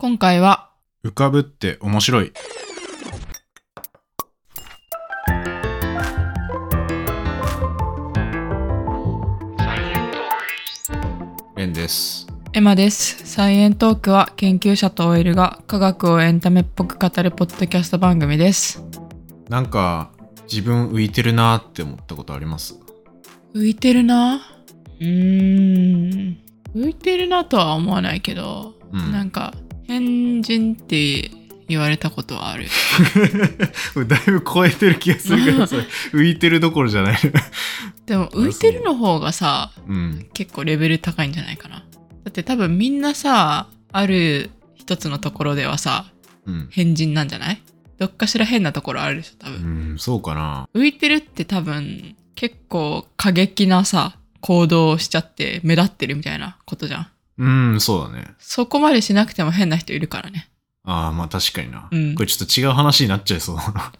今回は、浮かぶって面白い。レンです。エマです。サイエントークは研究者と OL が科学をエンタメっぽく語るポッドキャスト番組です。なんか自分浮いてるなーって思ったことあり ます。浮いてるなうーん。浮いてるなとは思わないけど、うんなんか、変人って言われたことはある。だいぶ超えてる気がするけ ど、それ浮いてるどころじゃない。でも、浮いてるの方がさ、うん。結構レベル高いんじゃないかな。だって多分みんなさ、ある一つのところではさ、うん。変人なんじゃないどっかしら変なところあるでしょ、多分。うん、そうかな。浮いてるって多分結構過激なさ行動をしちゃって目立ってるみたいなことじゃんうん、そうだね。そこまでしなくても変な人いるからねああ、まあ確かにな。うんこれちょっと違う話になっちゃいそうだな。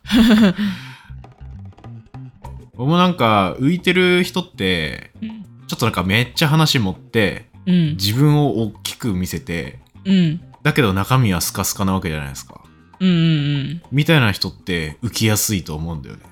僕もなんか浮いてる人って、うんちょっとなんかめっちゃ話持って、うん自分を大きく見せて、うんだけど中身はスカスカなわけじゃないですか。うんうんみたいな人って浮きやすいと思うんだよね。うん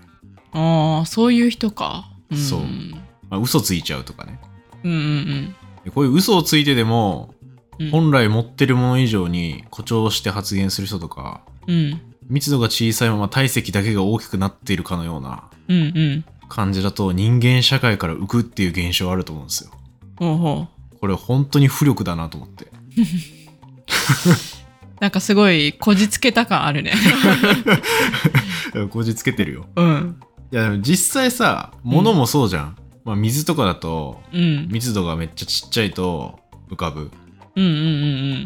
ああそういう人か、んそううんまあ、嘘ついちゃうとかね。うんうんでこういう嘘をついてでも、うん本来持ってるもの以上に誇張して発言する人とか、うん密度が小さいまま体積だけが大きくなっているかのようなうんうん感じだと人間社会から浮くっていう現象あると思うんですよ。ほうほこれ本当に浮力だなと思って。うなんかすごいこじつけた感あるねこじつけてるよ。うんいやでも実際さ、物もそうじゃん。まあ水とかだとうん密度がめっちゃちっちゃいと浮かぶ。うんうんう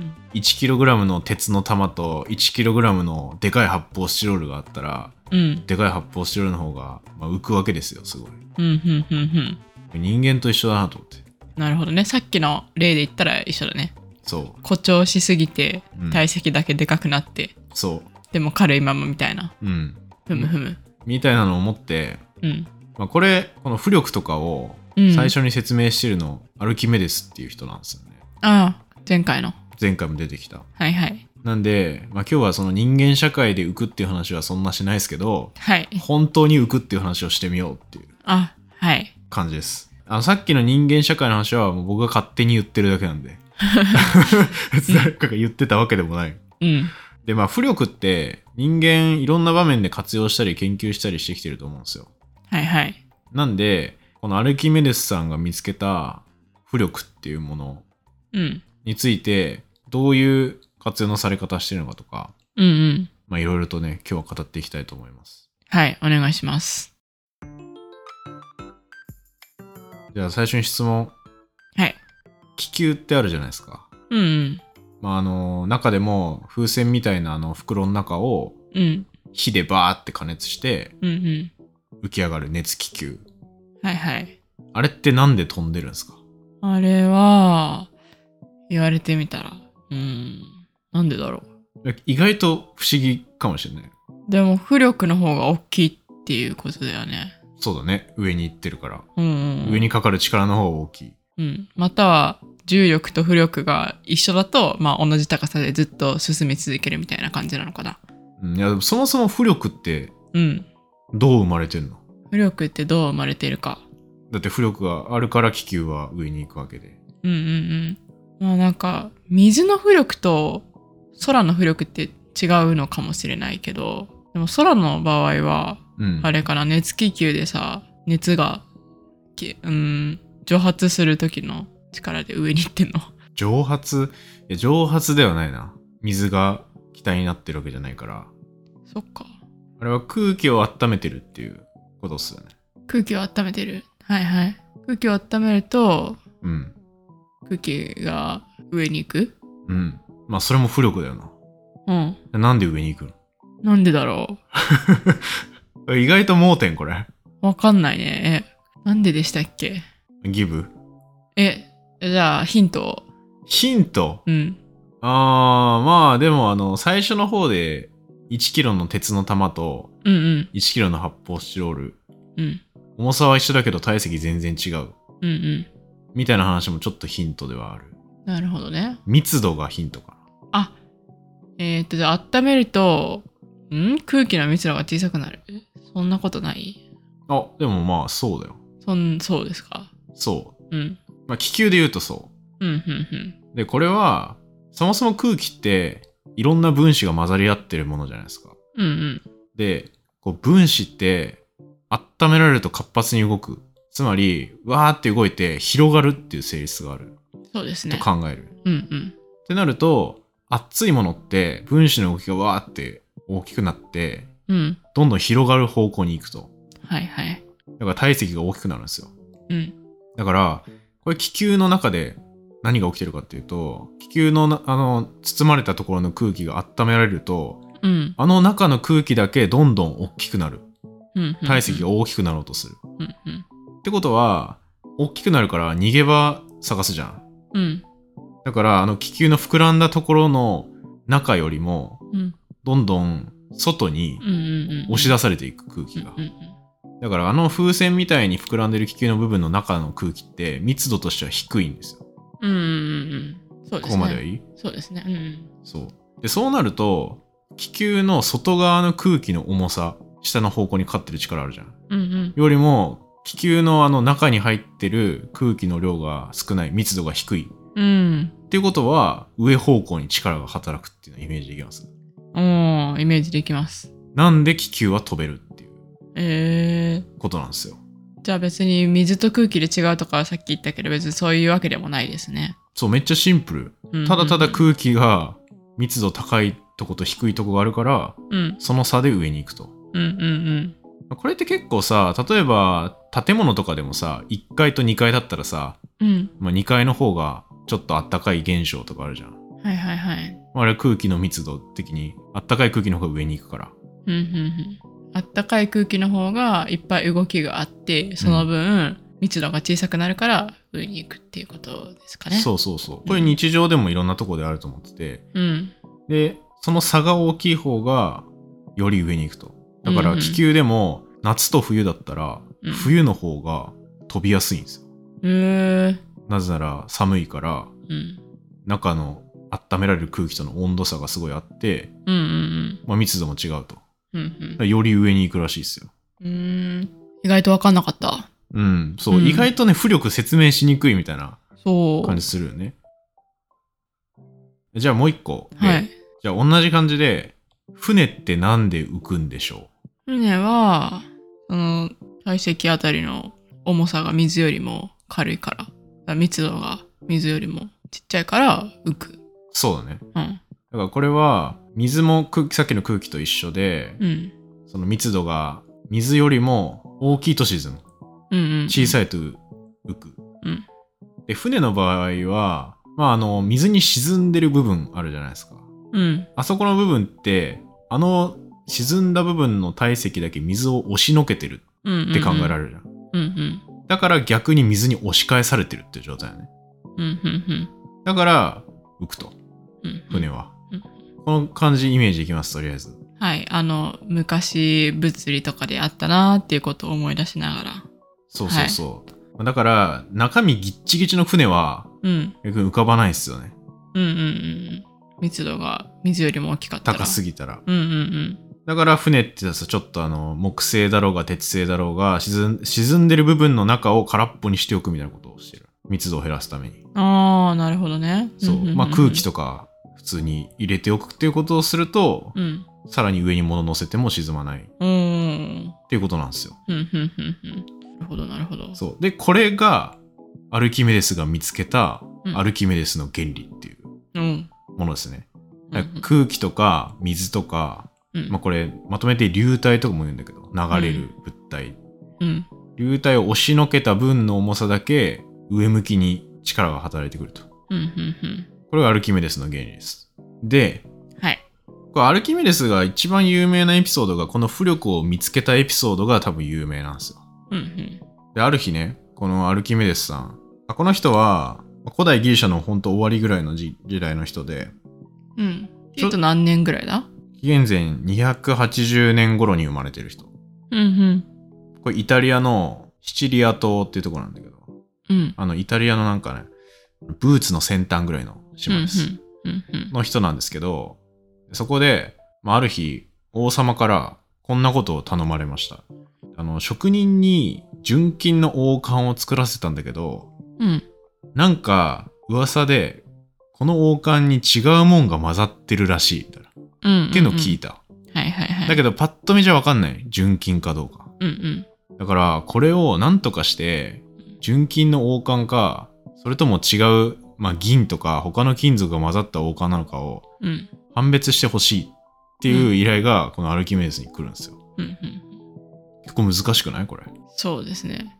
ん 1kg の鉄の玉と 1kg のでかい発泡スチロールがあったら、うんうんでかい発泡スチロールの方がまあ浮くわけですよ、すごい。うんうんうんうん人間と一緒だなと思って。なるほどねさっきの例で言ったら一緒だねそ誇張しすぎてう。うん、体積だけでかくなって、そでも軽いままみたいなう。うん。ふむふむみたいなのを思って、うんまあ、これ、この浮力とかをうん最初に説明してるの、アルキメデスっていう人なんですよね。ああ前回の前回も出てきた。はいはいなんで、まあ、今日はその人間社会で浮くっていう話はそんなしないですけど、はい本当に浮くっていう話をしてみようっていうあはい感じです。あの、さっきの人間社会の話はもう僕が勝手に言ってるだけ なんで。別に誰かが言ってたわけでもない。うんで、まあ、浮力って人間いろんな場面で活用したり研究したりしてきてると思うんですよ。はいはいなんで、このアルキメデスさんが見つけた浮力っていうものうんについて、どういう活用のされ方してるのかとか、うんうんまあ、いろいろとね、今日は語っていきたいと思います。はいお願いしますじゃあ最初に質問。はい気球ってあるじゃないですか。うんまあ、あの、中でも風船みたいなあの袋の中をうんうん火でバーって加熱してうんうん浮き上がる熱気球。はいはいあれってなんで飛んでるんですかあれは言われてみたらうんなんでだろう意外と不思議かもしれない。でも浮力の方が大きいっていうことだよねそうだね。上に行ってるから。うんうんうん上にかかる力の方が大きい。うん、または重力と浮力が一緒だと、まあ、同じ高さでずっと進み続けるみたいな感じなのかな。うん、いや、でもそもそも浮力ってうん。どう生まれてんの浮力ってどう生まれているか。だって浮力があるから気球は上に行くわけで。うんうんうん。まあなんか水の浮力と空の浮力って違うのかもしれないけどでも空の場合はうん。あれかな熱気球でさ熱がき、うん、蒸発する時の力で上に行ってんの。蒸発いや蒸発ではないな水が気体になってるわけじゃないからそっか。あれは空気を温めてるっていうことっすよね空気を温めてる。はいはい。空気を温めるとうん空気が上に行くうんまあそれも浮力だようん。ななんで上に行くなんでだろの意外と盲点これうわかんないね。え、なんででしたっけギブえ、じゃあヒントを。ヒントうん。あーまあでもあの最初の方で1キロの鉄の玉とうんうん。 1キロの発泡スチロールうん。重さは一緒だけど体積全然違ううんうん。みたいな話もちょっとヒントではあるなるほどね。密度がヒントかなあ、えーっと、じゃあ温めると、ん空気の密度が小さくなる。えそんなことないあ、でもまあそうだよ。そん、そうですか。そうん。う。まあ気球で言うとそうん、うん、う。で、これは、そもそも空気って、いろんな分子が混ざり合ってるものじゃないですか。うん。うん、で、こう分子って、温められると活発に動く。つまり、わーって動いて広がるっていう性質があるうん。そうですとね。考える。うん、うん。ってなると、熱いものって分子の動きがわーって大きくなって、うん。どんどん広がる方向に行くと。はい、はい。だから体積が大きくなるんですよ。うん。だから、これ気球の中で何が起きてるかっていうと、気球のなあの包まれたところの空気が温められると、うん。あの中の空気だけどんどん大きくなる。うん。うん体積が。大きくなろうとする。うん、うん。ってことは、大きくなるから逃げ場探すじゃん。うん。だから、あの気球の膨らんだところの中よりも、うん。どんどん外にうん、うん。うん押し出されていく空気がう。ん、だからあの風船みたいに膨らんでる気球の部分の中の空気って密度としては低いんですよ。うん。うん、うん。うん。そうですね。ここまではいいそうですね。うんうん。そう。で、そうなると、気球の外側の空気の重さ、下の方向にかかってる力あるじゃん。うん、うん。よりも、気球のあの中に入ってる空気の量が少ない、密度が低い。うん。っていうことは、上方向に力が働くっていうのをイメージできます。おーイメージできます。なんで気球は飛べるっていうえことなんですよ。ー、じゃあ別に水と空気で違うとかはさっき言ったけど別にそういうわけでもないですね。そう、めっちゃシンプル。うんただただ空気が密度高いとこと低いとこがあるから、うんその差で上に行くと。うんうんこれって結構さ、例えば建物とかでもさ、1階と2階だったらさ、うんうんまあ、2階の方がちょっとあったかい現象とかあるじゃん。はいはいはい。まああれは空気の密度的に、あったかい空気の方が上に行くから。うんうんうん。あったかい空気の方がいっぱい動きがあってその分密度が小さくなるから上に行くっていうことですかね。そうそうそう。これ日常でもいろんなとこであると思ってて、うん。で、その差が大きい方がより上に行くと。だかうらんうん気球でも夏と冬だったらうん、冬の方が飛びやすいんですよ。えー、なぜなら寒いからうん中の温められる空気との温度差がすごいあって、うんうんまあ、密度も違うと。うんうんだからより上に行くらしいですよ。うん。うーん意外と分かんなかった。うん、そう、うん意外とね、浮力説明しにくいみたいなそう。感じするよね。じゃあもう一個。ではい。じゃあ同じ感じで、船ってなんで浮くんでしょ船は、その、体積あたりの重さが水よりも軽いから。だから密度が水よりもちっちゃいから浮く。うそうだね。うん。だからこれは、水も空気、さっきの空気と一緒で、うん。その密度が水よりも大きいと沈む。うんうん。小さい。いと浮く。うんで、船の場合は、まああの、水に沈んでる部分あるじゃないですか。うん。あそこの部分って、あの沈んだ部分の体積だけ水を押しのけてるうんうんうん。って考えらる。れるじゃん。うんうん。だから逆に水に押し返されてるっていう状態だね。うんうんうんだから浮くと、うん。船はうん。この感じイメージできます、とりあえず。はい。あの、昔、物理とかであったなーっていうことを思い出しながら。そうそうそう。まあだから、中身ギッチギチの船はうん。逆に浮かばないですよね。うんうんうんうん。密度が水よりも大きかったら。高すぎ。ぎたら。うんうんだから船ってさ、ちょっとあの、木製だろうが鉄製だろうが沈ん、沈んでる部分の中を空っぽにしておくみたいなことをしてる。密度を減らすために。うん。ああ、なるほどね。そう。んんんんまあ空気とか普通に入れておくっていうことをすると、うん。さらに上に物乗せても沈まないっうーん。ていうことなんですよ。ふんふんふんふんなるほどなるほど。そう。で、これがアルキメデスが見つけたうんアルキメデスの原理っていううん。ものですね。うんだから空気とか水とか、うんまあこれまとめて流体とかも言うんだけど、流れる物体。うん流体を押しのけた分の重さだけ上向きに力が働いてくると。うんうんうんこれがアルキメデスの原理です。で、はい。これアルキメデスが一番有名なエピソードが、この浮力を見つけたエピソードが多分有名なんですよ。うんうんで、ある日ね、このアルキメデスさん、あこの人はまあ古代ギリシャの本当終わりぐらいの時時代の人で、うん。ちょっと何年ぐらいだ紀元前280年頃に生まれてる人。うんうんこれイタリアのシチリア島っていうところなんだけど、うん。あのイタリアのなんかね、ブーツの先端ぐらいのうんう島です。んうんうんの人なんですけど、そこで、まあ、ある日、王様からこんなことを頼まれました。あの、職人に純金の王冠を作らせたんだけど、うん。なんか噂で、この王冠に違うもんが混ざってるらしい。みたいなっうんうんうん。ていうのを聞いた。はいはいはい。だけど、ど、パッと見じゃわかんない。純金かどうか。うんうん。だから、これを何とかして、純金の王冠か、それとも違う、まあ、銀とか他の金属が混ざった王冠なのかをうん判別してほしいっていう依頼がこのアルキメデスに来るんですよ。うんうん。結構難しくないこれ。そうですね。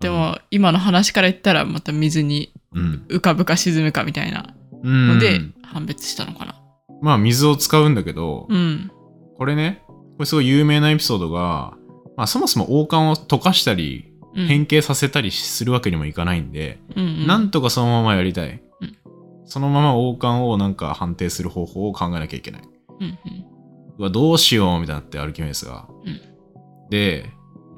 でも、今の話から言ったらまた水にうん、浮かぶか沈むかみたいなうん。ので判別したのかな。まあ水を使うんだけど、うん。これね、これすごい有名なエピソードが、まあそもそも王冠を溶かしたり、うん変形させたりするわけにもいかないんで、うんうん、なんとかそのままやりたい。うんそのまま王冠をなんか判定する方法を考えなきゃいけない。うんうわ、どうしようみたいになって、アルキメデスが。うんで、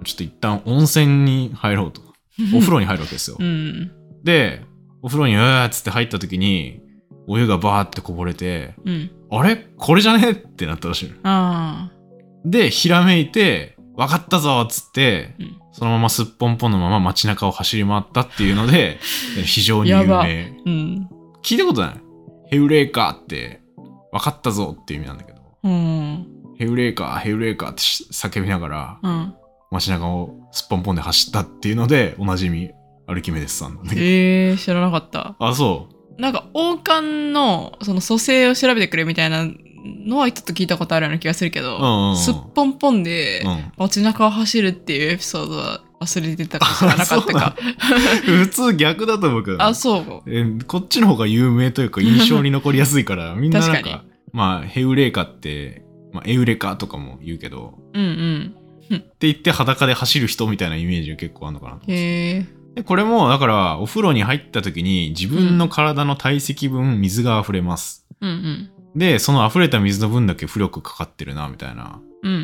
ちょっと一旦温泉に入ろ うと。うん、お風呂に入るわけですよ。うんで、お風呂にうわーっつって入った時に、お湯がバーってこぼれて、うん。あれこれじゃねってなったらしいの。ああ。で、ひらめいて、わかったぞっつって、うんそのまますっぽんぽんのまま街中を走り回ったっていう ので、非常に有やば名。うん。聞いたことないヘウレーカーって、わかったぞっていう意味なんだけど、うん。ヘヘウレーカー、ヘウレーカーってし叫びながら、うん。街中をすっぽんぽんで走ったっていうので、おなじみ、アルキメデスさんなんだけど。えー、知らなかった。あ、そう。なんか王冠のその蘇生を調べてくれみたいなのはちょっと聞いたことあるような気がするけど、うんうんうんすっぽんぽんでうん。街中を走るっていうエピソードは忘れてたか知らなかったか。普通逆だと思うけど ね。あ、そう。えーこっちの方が有名というか印象に残りやすいからみんななんか確かまあヘウレーカって、まあ、エウレカとかも言うけどうんって言って裸で走る人みたいなイメージが結構あるのかなとうん。へえ。でこれもだからお風呂に入った時に自分の体の体積分水が溢れます、うんでその溢れた水の分だけ浮力かかってるなみたいなうん。うん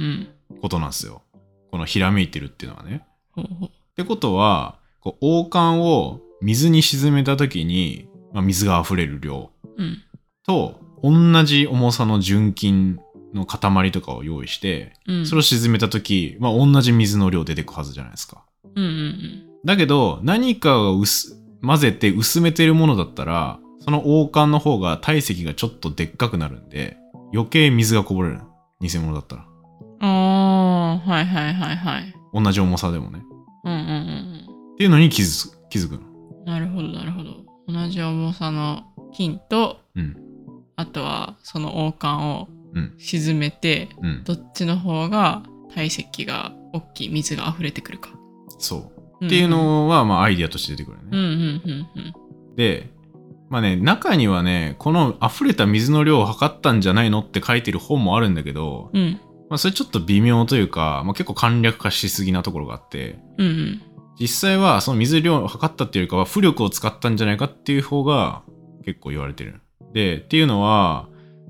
うん。ことなんですよこのひらめいてるっていうのはねほうほうってことはこう王冠を水に沈めた時に、まあ、水が溢れる量うん。と同じ重さの純金の塊とかを用意して、うん。それを沈めた時、まあ、同じ水の量出てくはずじゃないですか。うんうんだけど何かを薄混ぜて薄めてるものだったらその王冠の方が体積がちょっとでっかくなるんで余計水がこぼれる偽物だったらうん。ああ、はいはいはいはい。同じ重さでもねうんうんうんっていうのに気づく気づくのうん。なるほどなるほど。同じ重さの金と、うんあとはその王冠をうん沈めて、うんどっちの方が体積が大きい水が溢れてくるか。そうっていうのは、まあ、アイディアとして出てくるよね、うんうんうんうんで、まあね、中にはね、この溢れた水の量を測ったんじゃないのって書いてる本もあるんだけど、うん。うんまあ、それちょっと微妙というか、まあ、結構簡略化しすぎなところがあって、うんうん。実際はその水量を測ったっていうよりかは浮力を使ったんじゃないかっていう方が結構言われてる。で、っていうのは、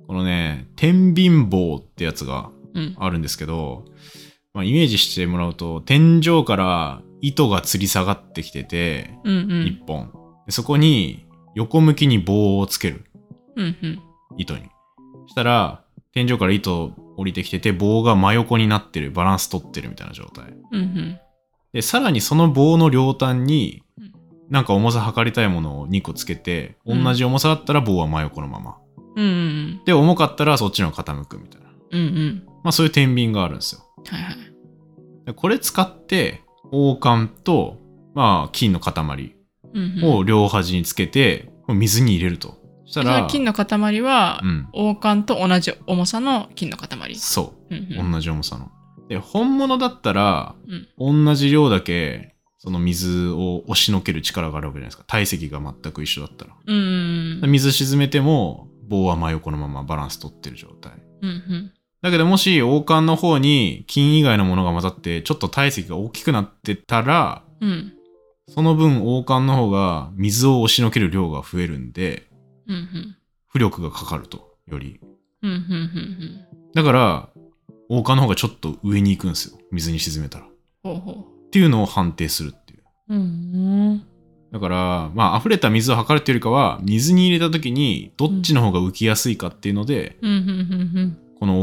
このね、天秤棒ってやつがうんあるんですけど、まあ、イメージしてもらうと、天井から糸が吊り下がってきてて、うんう一ん本。でそこに横向きに棒をつける。うんうん糸に。したら、天井から糸降りてきてて、棒が真横になってる。バランス取ってるみたいな状態。うんうんで、さらにその棒の両端にうん、なんか重さ測りたいものを2個つけて、同じ重さだったら棒は真横のまま。うんうんで、重かったらそっちの方が傾くみたいな。うんうんまあそういう天秤があるんですよ。はいはいでこれ使って、王冠と、まあ金の塊うんうんを両端につけて、水に入れると。したそらの、金の塊はうん。王冠と同じ重さの金の塊そうんう。うん同じ重さの。で、本物だったら、うん同じ量だけ、その水を押しのける力があるわけじゃないですか。体積が全く一緒だったら。うんうん水沈めても、棒は真横のままバランス取ってる状態。うんうんだけどもし王冠の方に金以外のものが混ざって、ちょっと体積が大きくなってたら、うんその分王冠の方が水を押しのける量が増えるんで、うんうん浮力がかかると、より。うんうんうんだから、王冠の方がちょっと上に行くんですよ。水に沈めたら。ほうほっていうのを判定するっていう。ううんだから、まあ、溢れた水を測るというよりかは、水に入れた時に、どっちの方が浮きやすいかっていうので、うんうんうんうん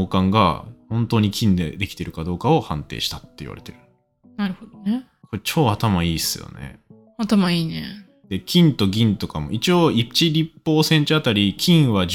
管が本当に金でできてるかどうかを判定したって言われてる。なるほどね。これ超頭いいっすよね。頭いいね。で、金と銀とかも、一応1立方センチあたり、金は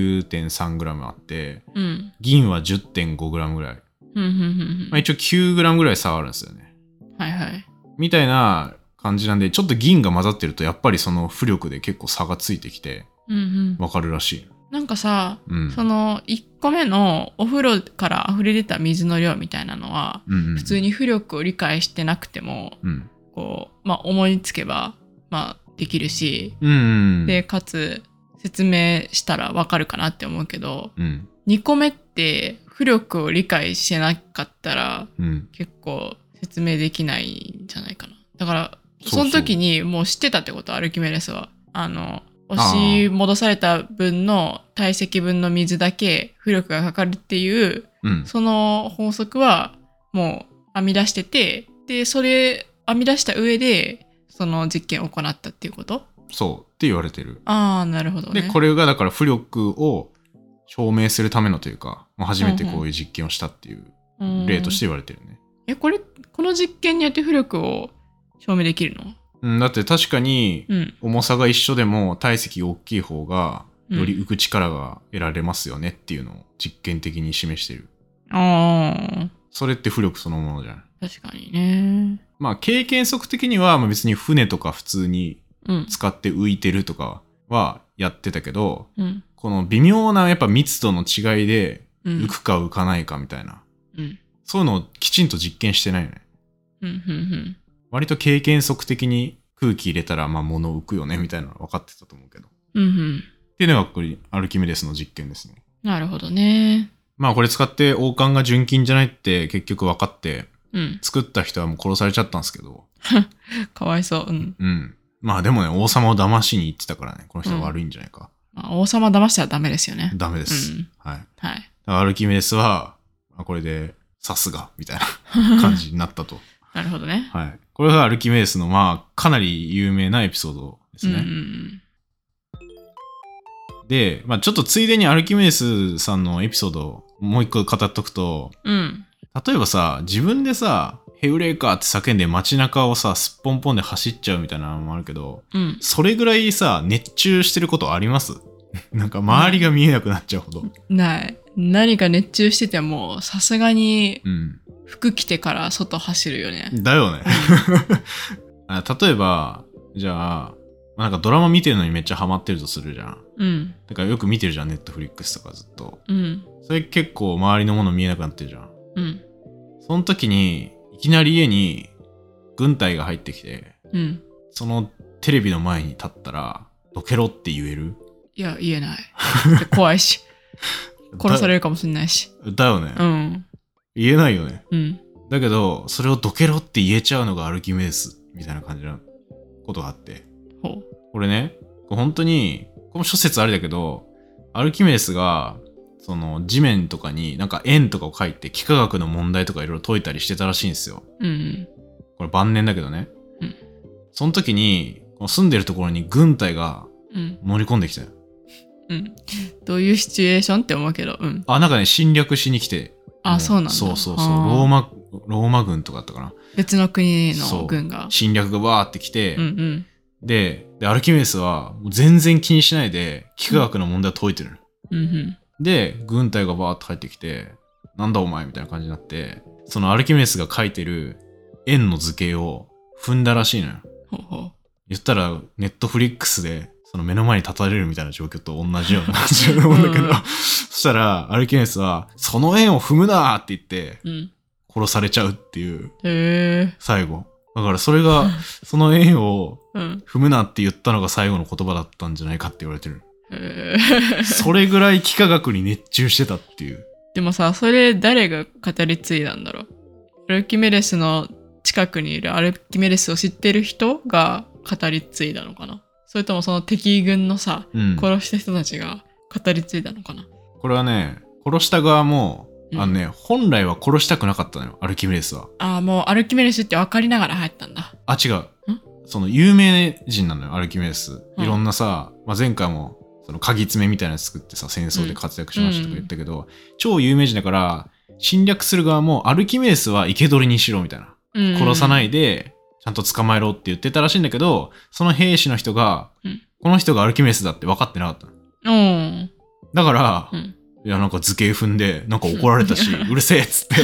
19.3g あって、うん。銀は 10.5g ぐらい。うん、うん、うんまあ、一応 9g ぐらい差があるんですよね。うん。はいはい。みたいな感じなんで、ちょっと銀が混ざってると、やっぱりその浮力で結構差がついてきて、うん、うん。わかるらしい。なんかさ、うん。その1個目のお風呂から溢れ出た水の量みたいなのは、うんうん、普通に浮力を理解してなくても、うん。こう、まあ思いつけば、まあできるし、うんうん。で、かつ説明したらわかるかなって思うけど、うん。 2個目って浮力を理解してなかったらうん。結構説明できないんじゃないかな。だから、そうそそうの時にもう知ってたってこと、アルキメデスは。あの、押し戻された分の体積分の水だけ浮力がかかるっていううん。その法則はもう編み出しててでそれ編み出した上でその実験を行ったっていうことそうって言われてる。ああなるほどね。で、これがだから浮力を証明するためのというか、まあ、初めてこういう実験をしたっていうれ例として言われてるね。えこれこの実験によって浮力を証明できるのうん、だって確かにうん。重さが一緒でも体積大きい方がうんより浮く力が得られますよねっていうのを実験的に示してる。ああそれって浮力そのものじゃない。確かにね。まあ経験則的にはまあ別に船とか普通にうん。使って浮いてるとかはやってたけど、うん。この微妙なやっぱ密度の違いでうん。浮くか浮かないかみたいな、うん。そういうのをきちんと実験してないよね。うん。うん。割と経験則的に空気入れたら、まあ、物浮くよね、みたいなのは分かってたと思うけど。っうん。うん。ていうのが、これ、アルキメデスの実験ですね。なるほどね。まあ、これ使って王冠が純金じゃないって結局分かって、うん。作った人はもう殺されちゃったんですけど、かわいそう。うん。うん。まあ、でもね、王様を騙しに行ってたからね、この人は悪いんじゃないか。まあ、王様騙したらダメですよね。ダメです。うんはい。だかはい。らアルキメデスは、あこれで、さすが、みたい な感じになったと。なるほどね。はい。これがアルキメデスの、まあ、かなり有名なエピソードですね。うんうんで、まあ、ちょっとついでにアルキメデスさんのエピソードをもう一個語っとくと、うん。うん。例えばさ、自分でさ、ヘウレーカーって叫んで街中をさ、すっぽんぽんで走っちゃうみたいなのもあるけど、うん。それぐらいさ、熱中してることあります なんか周りが見えなくなっちゃうほど。ない。何か熱中してても、さすがにうん。服着てから外走るよね。だよ ね。あ例えば、じゃあ、まあなんかドラマ見てるのにめっちゃハマってるとするじゃん。うん。だからよく見てるじゃん、ネットフリックスとかずっと。うん。それ結構周りのもの見えなくなってるじゃん。うん。その時に、いきなり家に軍隊が入ってきて、うん。そのテレビの前に立ったら、どけろって言えるいや、言え ない。怖いし、殺されるかもしれないし。だだよね、うん。言えないよね。うん。だけど、それをどけろって言えちゃうのがアルキメデスみたいな感じなことがあって。ほこれね、本当に、この諸説あれだけど、アルキメデスが、その地面とかになんか円とかを書いて幾何学の問題とかいろいろ解いたりしてたらしいんですよ。う。うん。これ晩年だけどね。うんその時に、この住んでるところに軍隊がうん。乗り込んできたよ。うん。どういうシチュエーションって思うけど、うん。あ、なんかね、侵略しに来て。あ、そうなんだ。そうそうそう。ロあー。マ、ローマ軍とかだったかな。別の国そのう軍が。侵略がわーって来て、うんうん。で、で、アルキメデスはもう全然気にしないで、幾何学の問題を解いてるの。うんで、軍隊がバーって入ってきて、なんだお前みたいな感じになって、そのアルキメデスが書いてる円の図形を踏んだらしいのよ。うん。ほうほう。言ったら、ネットフリックスで、その目の前に立たれるみたいな状況と同じ ような感じだと思うんだけど、うんそしたら、アルキメデスは、その円を踏むなーって言って、うん。殺されちゃうっていう、へえ。最後。だからそれ が、その円をうん。踏むなって言ったのが最後の言葉だったんじゃないかって言われてる。へえ。それぐらい幾何学に熱中してたっていう。 でもさ、それ誰が語り継いだんだろう。アルキメデスの近くにいるアルキメデスを知ってる人が語り継いだのかなそれともその敵軍のさ、うん。殺した人たちが語り継いだのかなこれはね、殺した側も、うんあのね、本来は殺したくなかったのよ、アルキメデスは。ああ、もうアルキメデスって分かりながら入ったんだ。あ、違う。その有名人なのよ、アルキメデス。うんいろんなさ、まあ、前回もその鍵爪みたいなやつ作ってさ戦争で活躍しましたとか言ったけど、超有名人だから侵略する側もアルキメデスは生け捕りにしろみたいなうん。殺さないいでちゃんと捕まえろって言ってたらしいんだけどその兵士の人が、うんこの人がアルキメデスだって分かってなかったのうん。だから、うん いやなんか図形踏んでなんか怒られたしうるせえっつって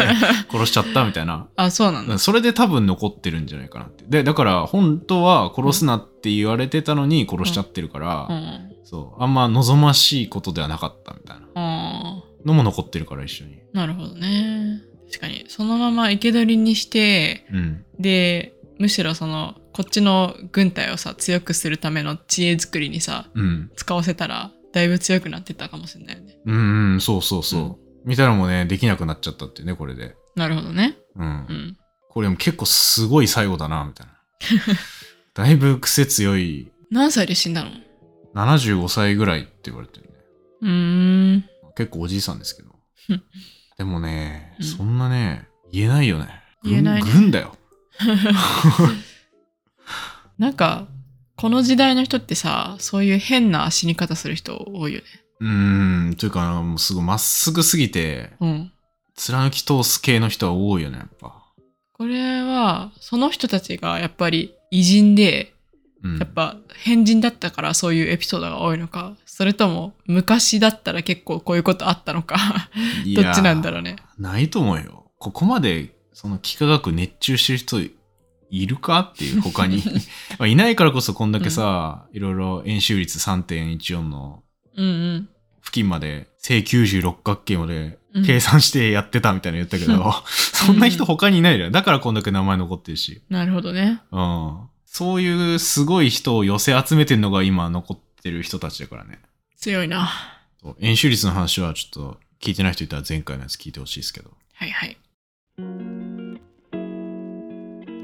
殺しちゃったみたいなあ、そうなんだ。それで多分残ってるんじゃないかなってでだから本当は殺すなって言われてたのに殺しちゃってるから、うん。そうあんま望ましいことではなかったみたいなああ、のも残ってるから一緒になるほどね。確かに。そのまま生け捕りにして、うんで、むしろその、こっちの軍隊をさ、強くするための知恵作りにさ、うん使わせたら、だいぶ強くなってたかもしれないよね。うんうんそうそうそう、うんみたいなのもねできなくなっちゃったっていうねこれでなるほどね。うんうん。これも結構すごい最後だなみたいな だいぶ癖強い何歳で死んだの75歳ぐらいって言われてるねうーん。結構おじいさんですけど でもね、うんそんなね言えないよね言えないね軍軍だよなんか、この時代の人ってさ、そういう変な死に方する人多いよね。うーんというかなんかもうすごいまっすぐすぎてうん。貫き通す系の人は多いよねやっぱ、これはその人たちがやっぱり偉人でうん、やっぱ変人だったからそういうエピソードが多いのかそれとも昔だったら結構こういうことあったのかいどやーっちなんだろうねないと思うよここまでその幾何学熱中してる人いるかっていう他 にまあいないからこそこんだけさ、いろいろ円周率3.14のうんうん付近まで正九十六角形までうん計算してやってたみたいなの言ったけど、 うんそんな人他にいないじゃんだからこんだけ名前残ってるし、なるほどねうん、そういうすごい人を寄せ集めてるのが今残ってる人たちだからね強いなそう円周率の話はちょっと聞いてない人いたら前回のやつ聞いてほしいですけどはいはい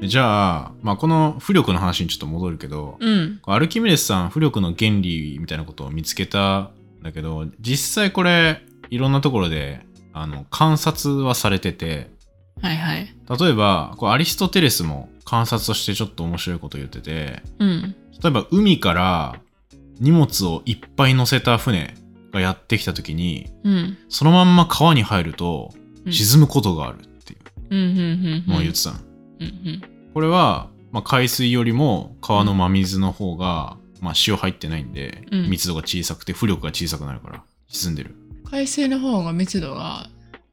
じゃあ、まあ、この浮力の話にちょっと戻るけど、うんアルキメデスさん浮力の原理みたいなことを見つけたんだけど実際これいろんなところであの観察はされててはいはい例えばこうアリストテレスも観察としてちょっと面白いこと言っててうん例えば海から荷物をいっぱい乗せた船がやってきた時にうんそのまんま川に入るとうん沈むことがあるっていうんうんううんのをうん言ってたの。うんこれは、まあ、海水よりも川の真水の方が、まあ、塩入ってないんで、うん密度が小さくて浮力が小さくなるから沈んでるうん海水の方が密度が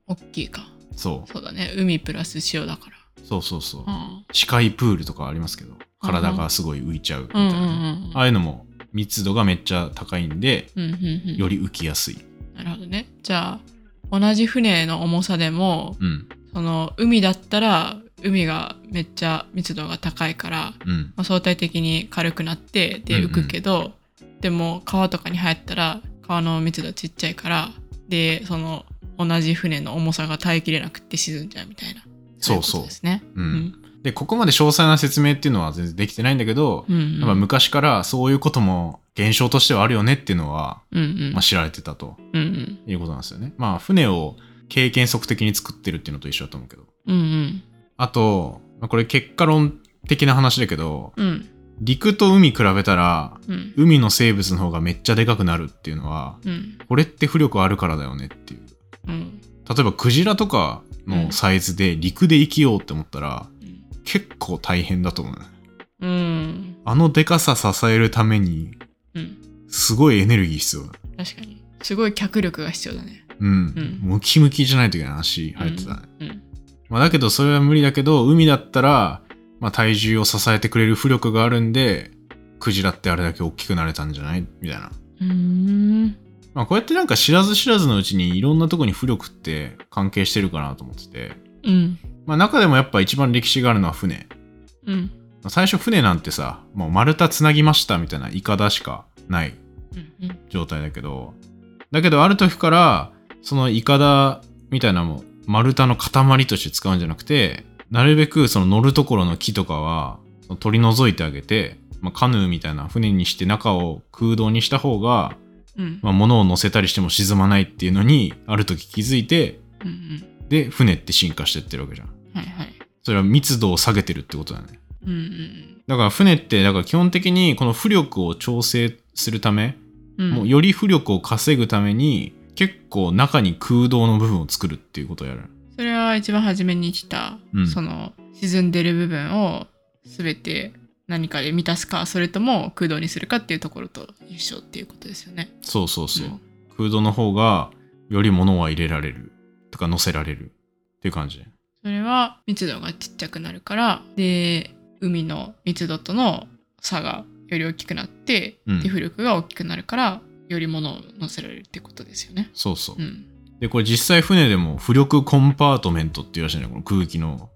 大きいかそうそうだね海プラス塩だからそうそうそううん視界プールとかありますけど体がすごい浮いちゃうみうたいんうんな、うんああいうのも密度がめっちゃ高いんでうんうんうんより浮きやすいなるほどね。じゃあ同じ船の重さでもうんその海だったら海がめっちゃ密度が高いから、うんまあ、相対的に軽くなってでうんうん浮くけど、でも川とかに入ったら川の密度ちっちゃいからでその同じ船の重さが耐えきれなくて沈んじゃうみたいなそうそういことですね。う、うんんでここまで詳細な説明っていうのは全然できてないんだけど、うんやっぱ昔からそういうことも現象としてはあるよねっていうのは、うんうんまあ、知られてたとうんうんいうことなんですよね。まあ船を経験則的に作ってるっていうのと一緒だと思うけど。うんあと、まあこれ結果論的な話だけど、うんうん陸と海比べたらうん海の生物の方がめっちゃでかくなるっていうのは、うんこれって浮力あるからだよねっていう。うん例えばクジラとかのサイズで陸で生きようって思ったら、結構大変だと思うね。うんあのでかさ支えるためにうんすごいエネルギー必要だ。確かにすごい脚力が必要だね。うん。んムキムキじゃないといけない足入ってたね。うんまあ、だけどそれは無理だけど海だったら、まあ、体重を支えてくれる浮力があるんでクジラってあれだけ大きくなれたんじゃないみたいな、うーんまあ、こうやってなんか知らず知らずのうちにいろんなとこに浮力って関係してるかなと思ってて、うんまあ、中でもやっぱ一番歴史があるのは船うんまあ最初船なんてさもう丸太つなぎましたみたいなイカダしかないうん状態だけどだけどある時からそのイカダみたいなもん丸太の塊として使うんじゃなくてなるべくその乗るところの木とかはその取り除いてあげて、まあ、カヌーみたいな船にして中を空洞にした方が、うんまあ、物を乗せたりしても沈まないっていうのにある時気づいてうんうんで船って進化してってるわけじゃんはいはいそれは密度を下げてるってことだねうんだから船ってだから基本的にこの浮力を調整するためうん、もうより浮力を稼ぐために結構中に空洞の部分を作るっていうことをやる。それは一番初めに来た、うんその沈んでる部分を全て何かで満たすかそれとも空洞にするかっていうところと一緒っていうことですよね。そうそうそう。うん空洞の方がより物は入れられるとか乗せられるっていう感じ。それは密度がちっちゃくなるからで海の密度との差がより大きくなって、うんで浮力が大きくなるからより物を乗せられるってことですよね。そうそう。うん、で、これ実際船でも浮力コンパートメントっていうらしいね。この空気の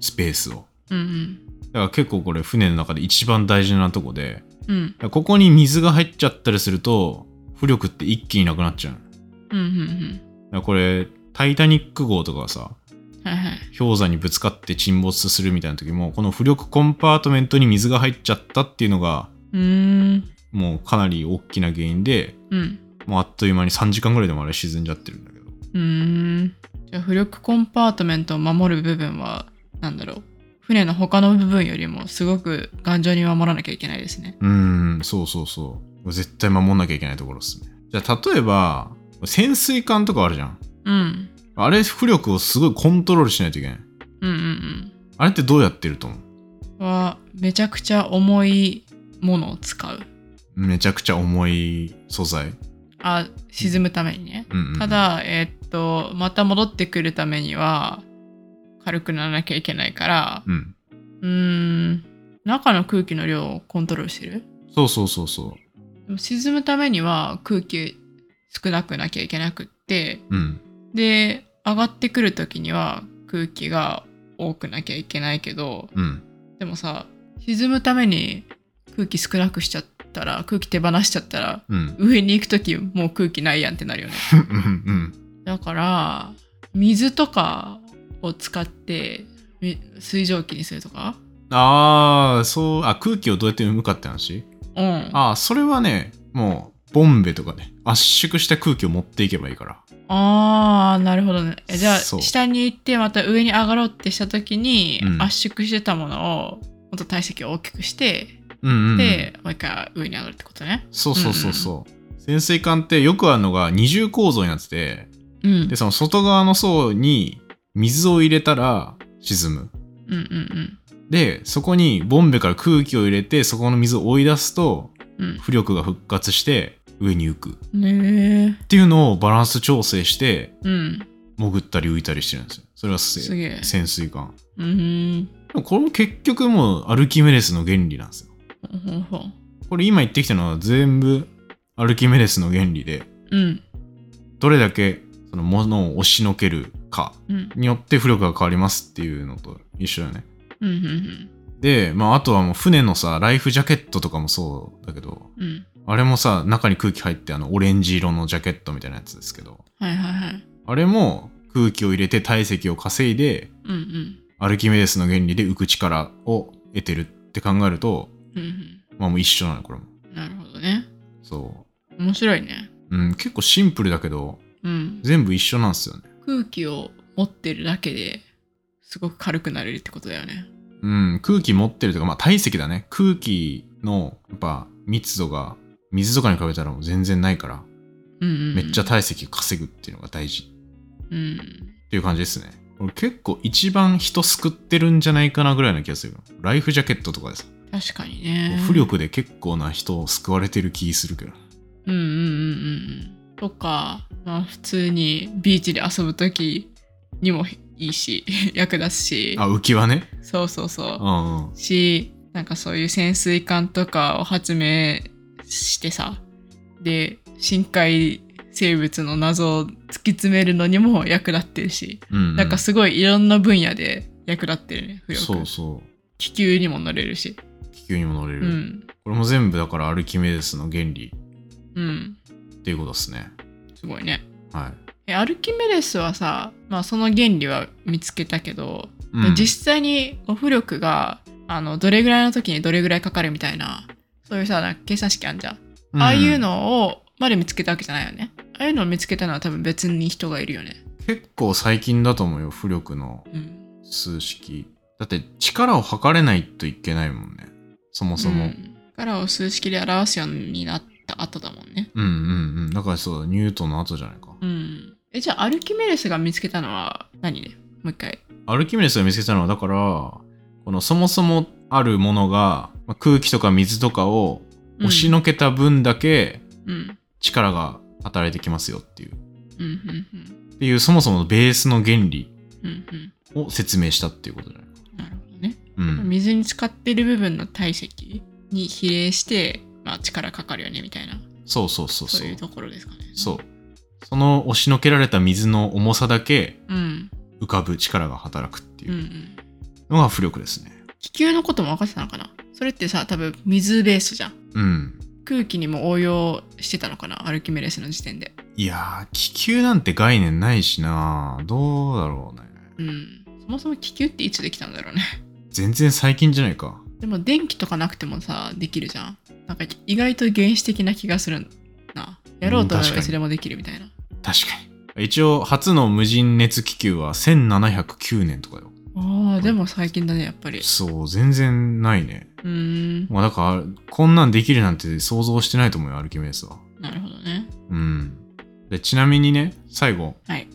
スペースを。うんうんだから結構これ船の中で一番大事なとこで、うんここに水が入っちゃったりすると浮力って一気になくなっちゃう。だかうんうんらこれ、タイタニック号とかさ、うんはいはい氷山にぶつかって沈没するみたいな時もこの浮力コンパートメントに水が入っちゃったっていうのがうーんもうかなり大きな原因でうんもうあっという間に3時間ぐらいでもあれ沈んじゃってるんだけどうーんじゃあ浮力コンパートメントを守る部分は何だろう船の他の部分よりもすごく頑丈に守らなきゃいけないですね。うーんそうそうそう絶対守んなきゃいけないところですねじゃあ例えば潜水艦とかあるじゃんうん。あれ浮力をすごいコントロールしないといけないうんうんあれってどうやってると思ううん。はめちゃくちゃ重いものを使う。めちゃくちゃ重い素材、あ沈むためにね。うんうんうんただえーっとまた戻ってくるためには軽くならなきゃいけないからうんうーん中の空気の量をコントロールしてるそうそうそうそでも沈むためには空気少なくなきゃいけなくってううんで上がってくる時には空気が多くなきゃいけないけどうんでもさ沈むために空気少なくしちゃったら空気手放しちゃったらうん上に行く時もう空気ないやんってなるよねうんうんだから水とかを使ってみ水蒸気にするとかああそうあ空気をどうやって生むかって話うんあああ、それはね、もう、ボンベとかね、圧縮した空気を持っていけばいいから。あーなるほどねえじゃあそう下に行ってまた上に上がろうってした時にうん圧縮してたものをもっと体積を大きくしてうんうん、うん。で、もう一回上に上がるってことね。そうそうそうそう。潜水艦ってよくあるのが二重構造になってて、うん。うんで、その外側の層に水を入れたら沈む。うんうんで、そこにボンベから空気を入れて、そこの水を追い出すと、うん浮力が復活して上に浮く。っうん。ねていうのをバランス調整して、え。うん。潜ったり浮いたりしてるんですよ。それがせすげえ。潜水艦。うん。でもこれも結局もうアルキメデスの原理なんですよ。ほんほんほん。これ今言ってきたのは全部アルキメデスの原理でうん。どれだけそのものを押しのけるかうん。によって浮力が変わりますっていうのと一緒だよね。うん。うんで、まあ、あとはもう船のさライフジャケットとかもそうだけどうん。うん。あれもさ中に空気入ってあのオレンジ色のジャケットみたいなやつですけどはいはいはい。あれも空気を入れて体積を稼いでうんうん。アルキメデスの原理で浮く力を得てるって考えるとうんまあもう一緒なのこれも。うん。なるほどね。そ面白いね。う。うん、結構シンプルだけどうん。全部一緒なんですよね。空気を持ってるだけですごく軽くなれるってことだよね。うん、空気持ってるとか、まあ体積だね。空気の、やっぱ密度が、水とかに比べたらもう全然ないから、うんうん、うん。めっちゃ体積稼ぐっていうのが大事うん。っていう感じですね。これ結構一番人救ってるんじゃないかなぐらいな気がするよ。ライフジャケットとかでさ、確かにね。浮力で結構な人を救われてる気するけど。うんうんうんうんうん。とか、まあ普通にビーチで遊ぶ時にもいいし、 役立つし、あ、浮き輪ね。そうそうそうう。んうん。し、なんかそういう潜水艦とかを発明してさ、で、深海生物の謎を突き詰めるのにも役立ってるし、うん、うん。なんかすごいいろんな分野で役立ってるね、浮力。そうそう。気球にも乗れるし。気球にも乗れうる。ん。これも全部だからアルキメデスの原理うん。っていうことですね。すごいね。はい。えアルキメデスはさ、まあその原理は見つけたけど、うん、実際にこう浮力があのどれぐらいの時にどれぐらいかかるみたいなそういうさなんか計算式あんじゃん、ああいうのをまで見つけたわけじゃないよねああいうのを見つけたのは多分別に人がいるよね結構最近だと思うよ浮力のうん数式だって力を測れないといけないもんねそもそも、うん力を数式で表すようになった後だもんね。うんうんうん。だからそうだ、ニュートンの後じゃないか。うん。え、じゃあアルキメデスが見つけたのは何ねもう一回。アルキメデスが見つけたのは、だから、このそもそもあるものが、まあ空気とか水とかをうん押しのけた分だけうん。力が働いてきますよっていう。うん。うん。うんっていう、そもそものベースの原理うん。うん。を説明したっていうことじゃないか。なるほどね。うん。水に浸かってる部分の体積に比例して、まあ力かかるよねみたいな、そうそうそうそそううい。うところですかね。そう。その押しのけられた水の重さだけうん。浮かぶ力が働くってうん。う。いうんのが浮力ですね。気球のことも分かってたのかなそれってさ、多分水ベースじゃん。うん。空気にも応用してたのかなアルキメデスの時点で。いやー、気球なんて概念ないしなどうだろうね。うん。そもそも気球っていつできたんだろうね。 全然最近じゃないか。でも電気とかなくてもさ、できるじゃん。なんか意外と原始的な気がするな。やろうと思うえん確かばにいつでもできるみたいな。確かに。一応、初の無人熱気球は1709年とかよ。ああ、でも最近だね、やっぱり。そう、全然ないね。うーん。まあだから、こんなんできるなんて想像してないと思うよ、アルキメデスは。なるほどね。うん。で、ちなみにね、最後。はい。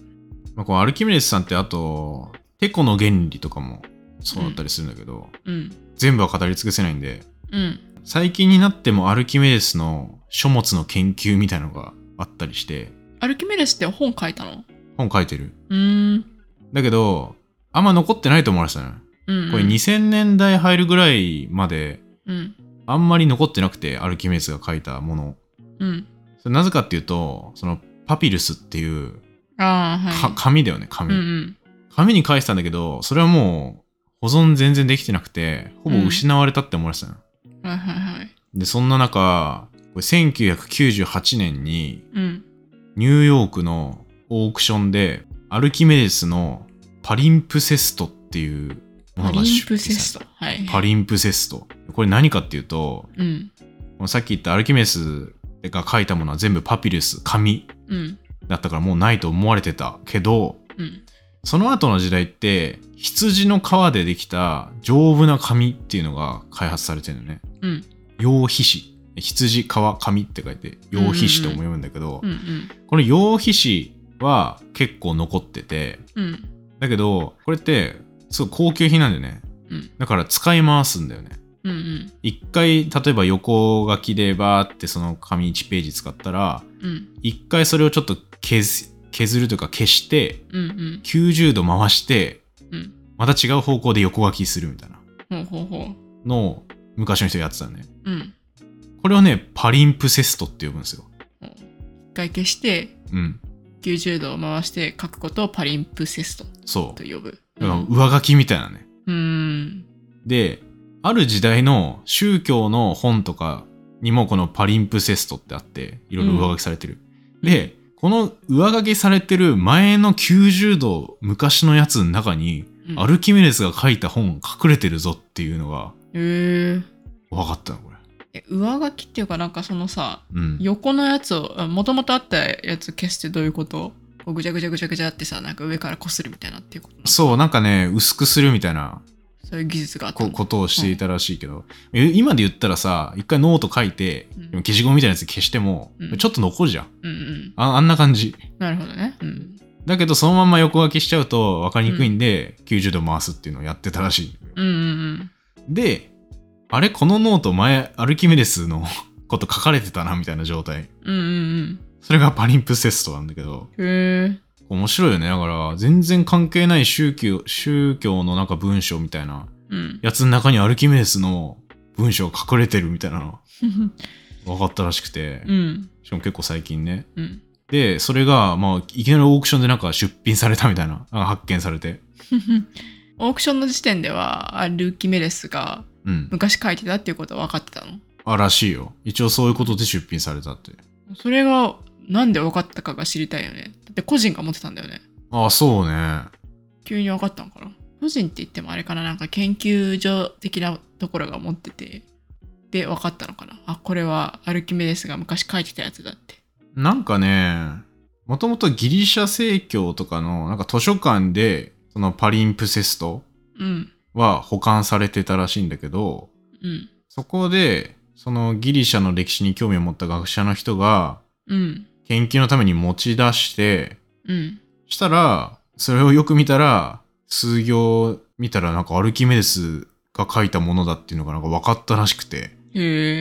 まあ、こうアルキメデスさんってあと、テコの原理とかもそうだったりするんだけど、うん。全部は語り尽くせないんで、うん。最近になってもアルキメデスの書物の研究みたいのがあったりして、アルキメデスって本書いたの本書いてる。うーん。だけど、あんま残ってないと思われてたのよ。うん。これ2000年代入るぐらいまで、うん。あんまり残ってなくて、アルキメデスが書いたもの。うん。それなぜかっていうと、そのパピルスっていう、ああ、かはい。紙だよね、紙。うんうん。紙に書いてたんだけど、それはもう保存全然できてなくて、ほぼ失われたって思われてたの。はいはいはい。で、そんな中、これ1998年にうん。ニューヨークのオークションでアルキメデスのパリンプセストっていうもパのがリン出プ品セスさトれ。はい。た。パリンプセスト。これ何かっていうと、うん。このさっき言ったアルキメデスが書いたものは全部パピルス、紙うん。だったからもうないと思われてたけど、うん。その後の時代って羊の皮でできた丈夫な紙っていうのが開発されてるのね。うん。羊皮紙。羊皮紙って書いて羊皮紙とも読むんだけど、うん。うん。この羊皮紙は結構残ってて、うん。だけどこれってすごい高級品なんだよね。うん。だから使い回すんだよね。うん。うん。一回例えば横書きでバーってその紙1ページ使ったら、うん。一回それをちょっと削削るというか消して、うん。うん。 90度回して、うん。また違う方向で横書きするみたいなほうほうほのを昔の人やってたのね。う。うん。これをね、パリンプセストって呼ぶんですよ。ほう一回消して、うん。 90度を回して書くことをパリンプセストそと呼ぶ。う。だから上書きみたいなね。うん。で、ある時代の宗教の本とかにもこのパリンプセストってあって、いろいろ上書きされてる。で、この上書きされてる前の90度昔のやつの中に、うんアルキメデスが書いた本隠れてるぞっていうのがへー分かったの、これ。え。上書きっていうかなんかそのさ、うん。横のやつを、もともとあったやつ消してどういうことこうぐちゃぐちゃぐちゃぐちゃってさ、なんか上からこするみたいなっていうことなのそう、なんかね、薄くするみたいなそういう技術があったこのことをしていたらしいけど、え今で言ったらさ一回ノート書いて、うんでも消しゴムみたいなやつ消しても、うんちょっと残るじゃんうんうん。ああんな感じなるほどね。うん。だけどそのまんま横書きしちゃうと分かりにくいんで、90度回すっていうのをやってたらしいうんうんであれこのノート前アルキメデスのこと書かれてたなみたいな状態うん。うんうんそれがパリンプセストなんだけどうん。へえ。面白いよねだから全然関係ない宗教宗教のなんか文章みたいなうん。 やつの中にアルキメデスの文章が隠れてるみたいなの分かったらしくて、うん。しかも結構最近ねうん。でそれがまあいきなりオークションでなんか出品されたみたいなあ発見されてオークションの時点ではアルキメデスがうん昔書いてたっていうことは分かってたのあらしいよ一応そういうことで出品されたってそれがなんで分かったかが知りたいよねだって個人が持ってたんだよねあそうね急に分かったのかな個人って言ってもあれかななんか研究所的なところが持っててで分かったのかなあこれはアルキメデスが昔書いてたやつだってなんかねもともとギリシャ正教とかのなんか図書館でそのパリンプセストうんは保管されてたらしいんだけどうんそこでそのギリシャの歴史に興味を持った学者の人がうん。研究のために持ち出して、うん。したら、それをよく見たら、数行見たらなんかアルキメデスが書いたものだっていうのがなんか分かったらしくて。へ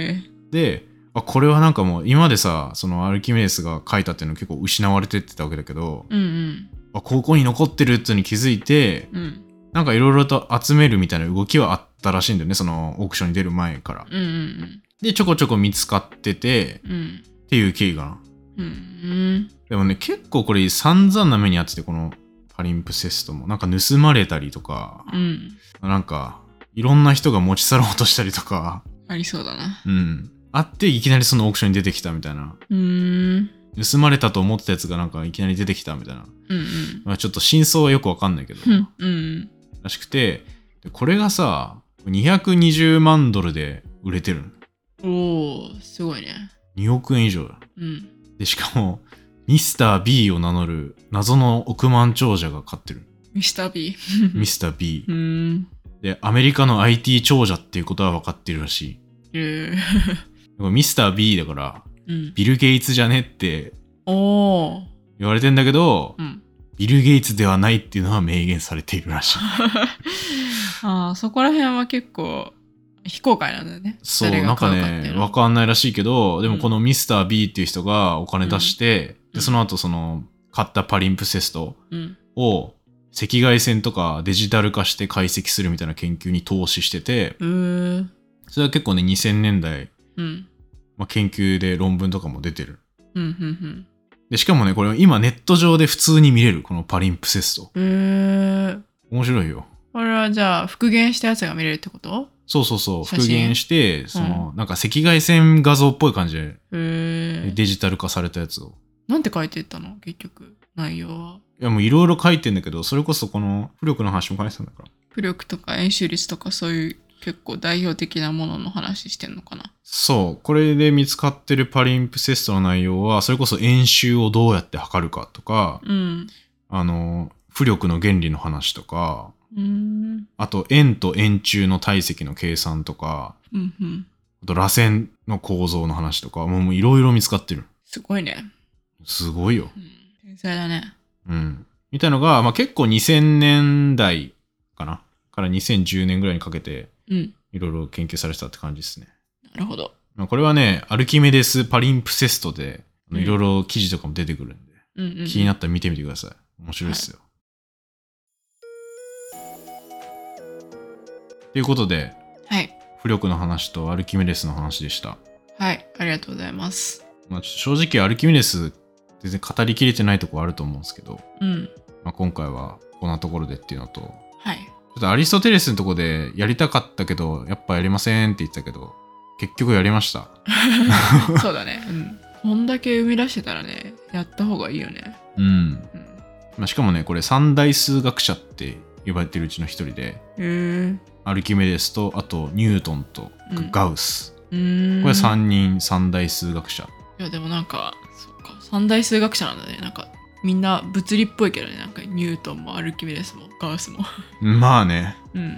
え。で、あ、これはなんかもう今までさ、そのアルキメデスが書いたっていうの結構失われてってたわけだけど、うんあ、ここに残ってるっていうのに気づいて、うん。うん。なんかいろいろと集めるみたいな動きはあったらしいんだよね、そのオークションに出る前から。うんうんで、ちょこちょこ見つかってて、うん。うん。っていう経緯かな。うん。でもね、結構これ散々な目にあってて、このパリンプセストも。なんか盗まれたりとか、うん。なんか、いろんな人が持ち去ろうとしたりとか、ありそうだな。うん。あって、いきなりそのオークションに出てきたみたいな。うーん。盗まれたと思ってたやつがなんかいきなり出てきたみたいな。うんうん。まあちょっと真相はよくわかんないけど。うんうん。らしくて、でこれがさ、220万ドルで売れてるの。おお、すごいね。 2億円以上だ。うん。で、しかも、ミスター B を名乗る謎の億万長者が買ってる。ミスター B。ミスター B う。ーん。で、アメリカの IT 長者っていうことは分かってるらしえい。でもミスター B だから、うん。ビル・ゲイツじゃねっておお。言われてんだけど、うん。ビル・ゲイツではないっていうのは明言されているら しい。ああ、そこら辺は結構非公開なんだよね。そう、誰ながんか買うかっていねう、のはわかんないらしいけど、でもこのミスター B っていう人がお金出して、うんで、その後その、買ったパリンプセストうん。を赤外線とかデジタル化して解析するみたいな研究に投資してて、うーん。それは結構ね、2000年代、うん。まあ、研究で論文とかも出てる。うん。うん。で、しかもね、これ今ネット上で普通に見れる、このパリンプセスト。うん。えー。面白いよ。これはじゃあ復元したやつが見れるってことそうそうそう、写復真元して、その、なんか赤外線画像っぽい感じでへえ。デジタル化されたやつを。なんて書いてったの結局、内容は。いやもういろいろ書いてんだけど、それこそこの浮力の話も書いてたんだから。浮力とか円周率とかそういう結構代表的なものの話してんのかなそう、これで見つかってるパリンプセストの内容は、それこそ円周をどうやって測るかとか、うん。あの、浮力の原理の話とか、うーん。あと円と円柱の体積の計算とか、うんうん。あと螺旋の構造の話とか、もうもういろいろ見つかってる。すごいね。すごいよ。うん、天才だね。うん。みたいのが、まあ、結構2000年代かなから2010年ぐらいにかけて、うん。いろいろ研究されてたって感じですね。なるほど。まあ、これはね、アルキメデス・パリンプセストで、あのうんいろいろ記事とかも出てくるんで、うんうん。気になったら見てみてください。面白いですよ。ということで、はい。浮力の話とアルキメデスの話でした。はい。ありがとうございます。まあ、ちょっと正直アルキメデス全然語りきれてないところあると思うんですけど、うん。まあ、今回はこんなところでっていうのと、ちょ はい。っとアリストテレスのとこでやりたかったけど、やっぱやりませんって言ってたけど、結局やりました。そうだね。うん。こんだけ生み出してたらね、やった方がいいよね。うん。うん。まあ、しかもね、これ三大数学者って呼ばれてるうちの一人で、へえアルキメデスと、あとニュートンとうんガウス。うーん。これ3人三大数学者。いやでもなんかそうか三大数学者なんだねなんかみんな物理っぽいけどねなんかニュートンもアルキメデスもガウスもまあね。うん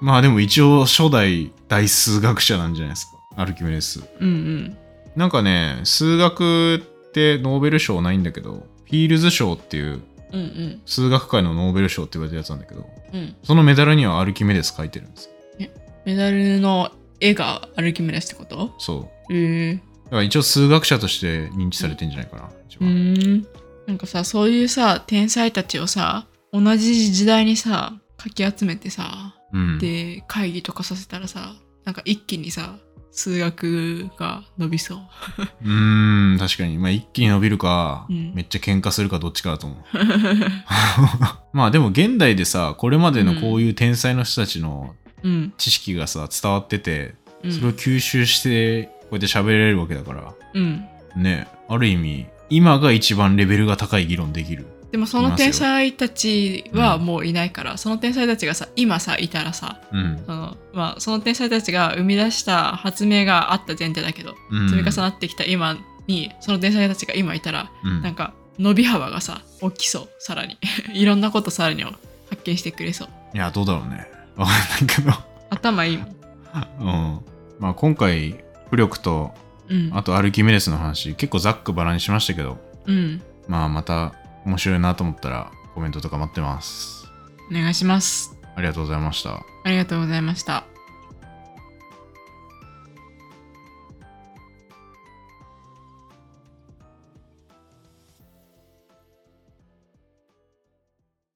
まあでも一応初代大数学者なんじゃないですか。アルキメデス。うんなんかね、数学ってノーベル賞ないんだけど、フィールズ賞っていううんうんうん数学界のノーベル賞って言われたやつなんだけど、うんそのメダルにはアルキメデス書いてるんですよ。メダルの絵がアルキメデスってことそう。へえだから一応数学者として認知されてんじゃないかな。一う番ーんなんかさそういうさ天才たちをさ同じ時代にさかき集めてさうん。で会議とかさせたらさなんか一気にさ数学が伸びそううーん、確かに。まあ一気に伸びるか、うんめっちゃ喧嘩するかどっちかだと思う。 まあでも現代でさ、これまでのこういう天才の人たちのうん、知識がさ、伝わってて、うん、それを吸収して、こうやって喋れるわけだから。うんねある意味今が一番レベルが高い議論できるでもそいのますよ天才たちはもういないから、その天才たちがさ今さいたらさうんその,、まあ、その天才たちが生み出した発明があった前提だけどうん積み重なってきた今にその天才たちが今いたらうんなんか伸び幅がさ大きそうさらに いろんなことさらに発見してくれそうい やどうだろうねわかんないけど頭いいもんうんまあ今回浮力とうんあとアルキメデスの話結構ざっくばらにしましたけどうんまあまた面白いなと思ったらコメントとか待ってますお願いしますありがとうございましたありがとうございました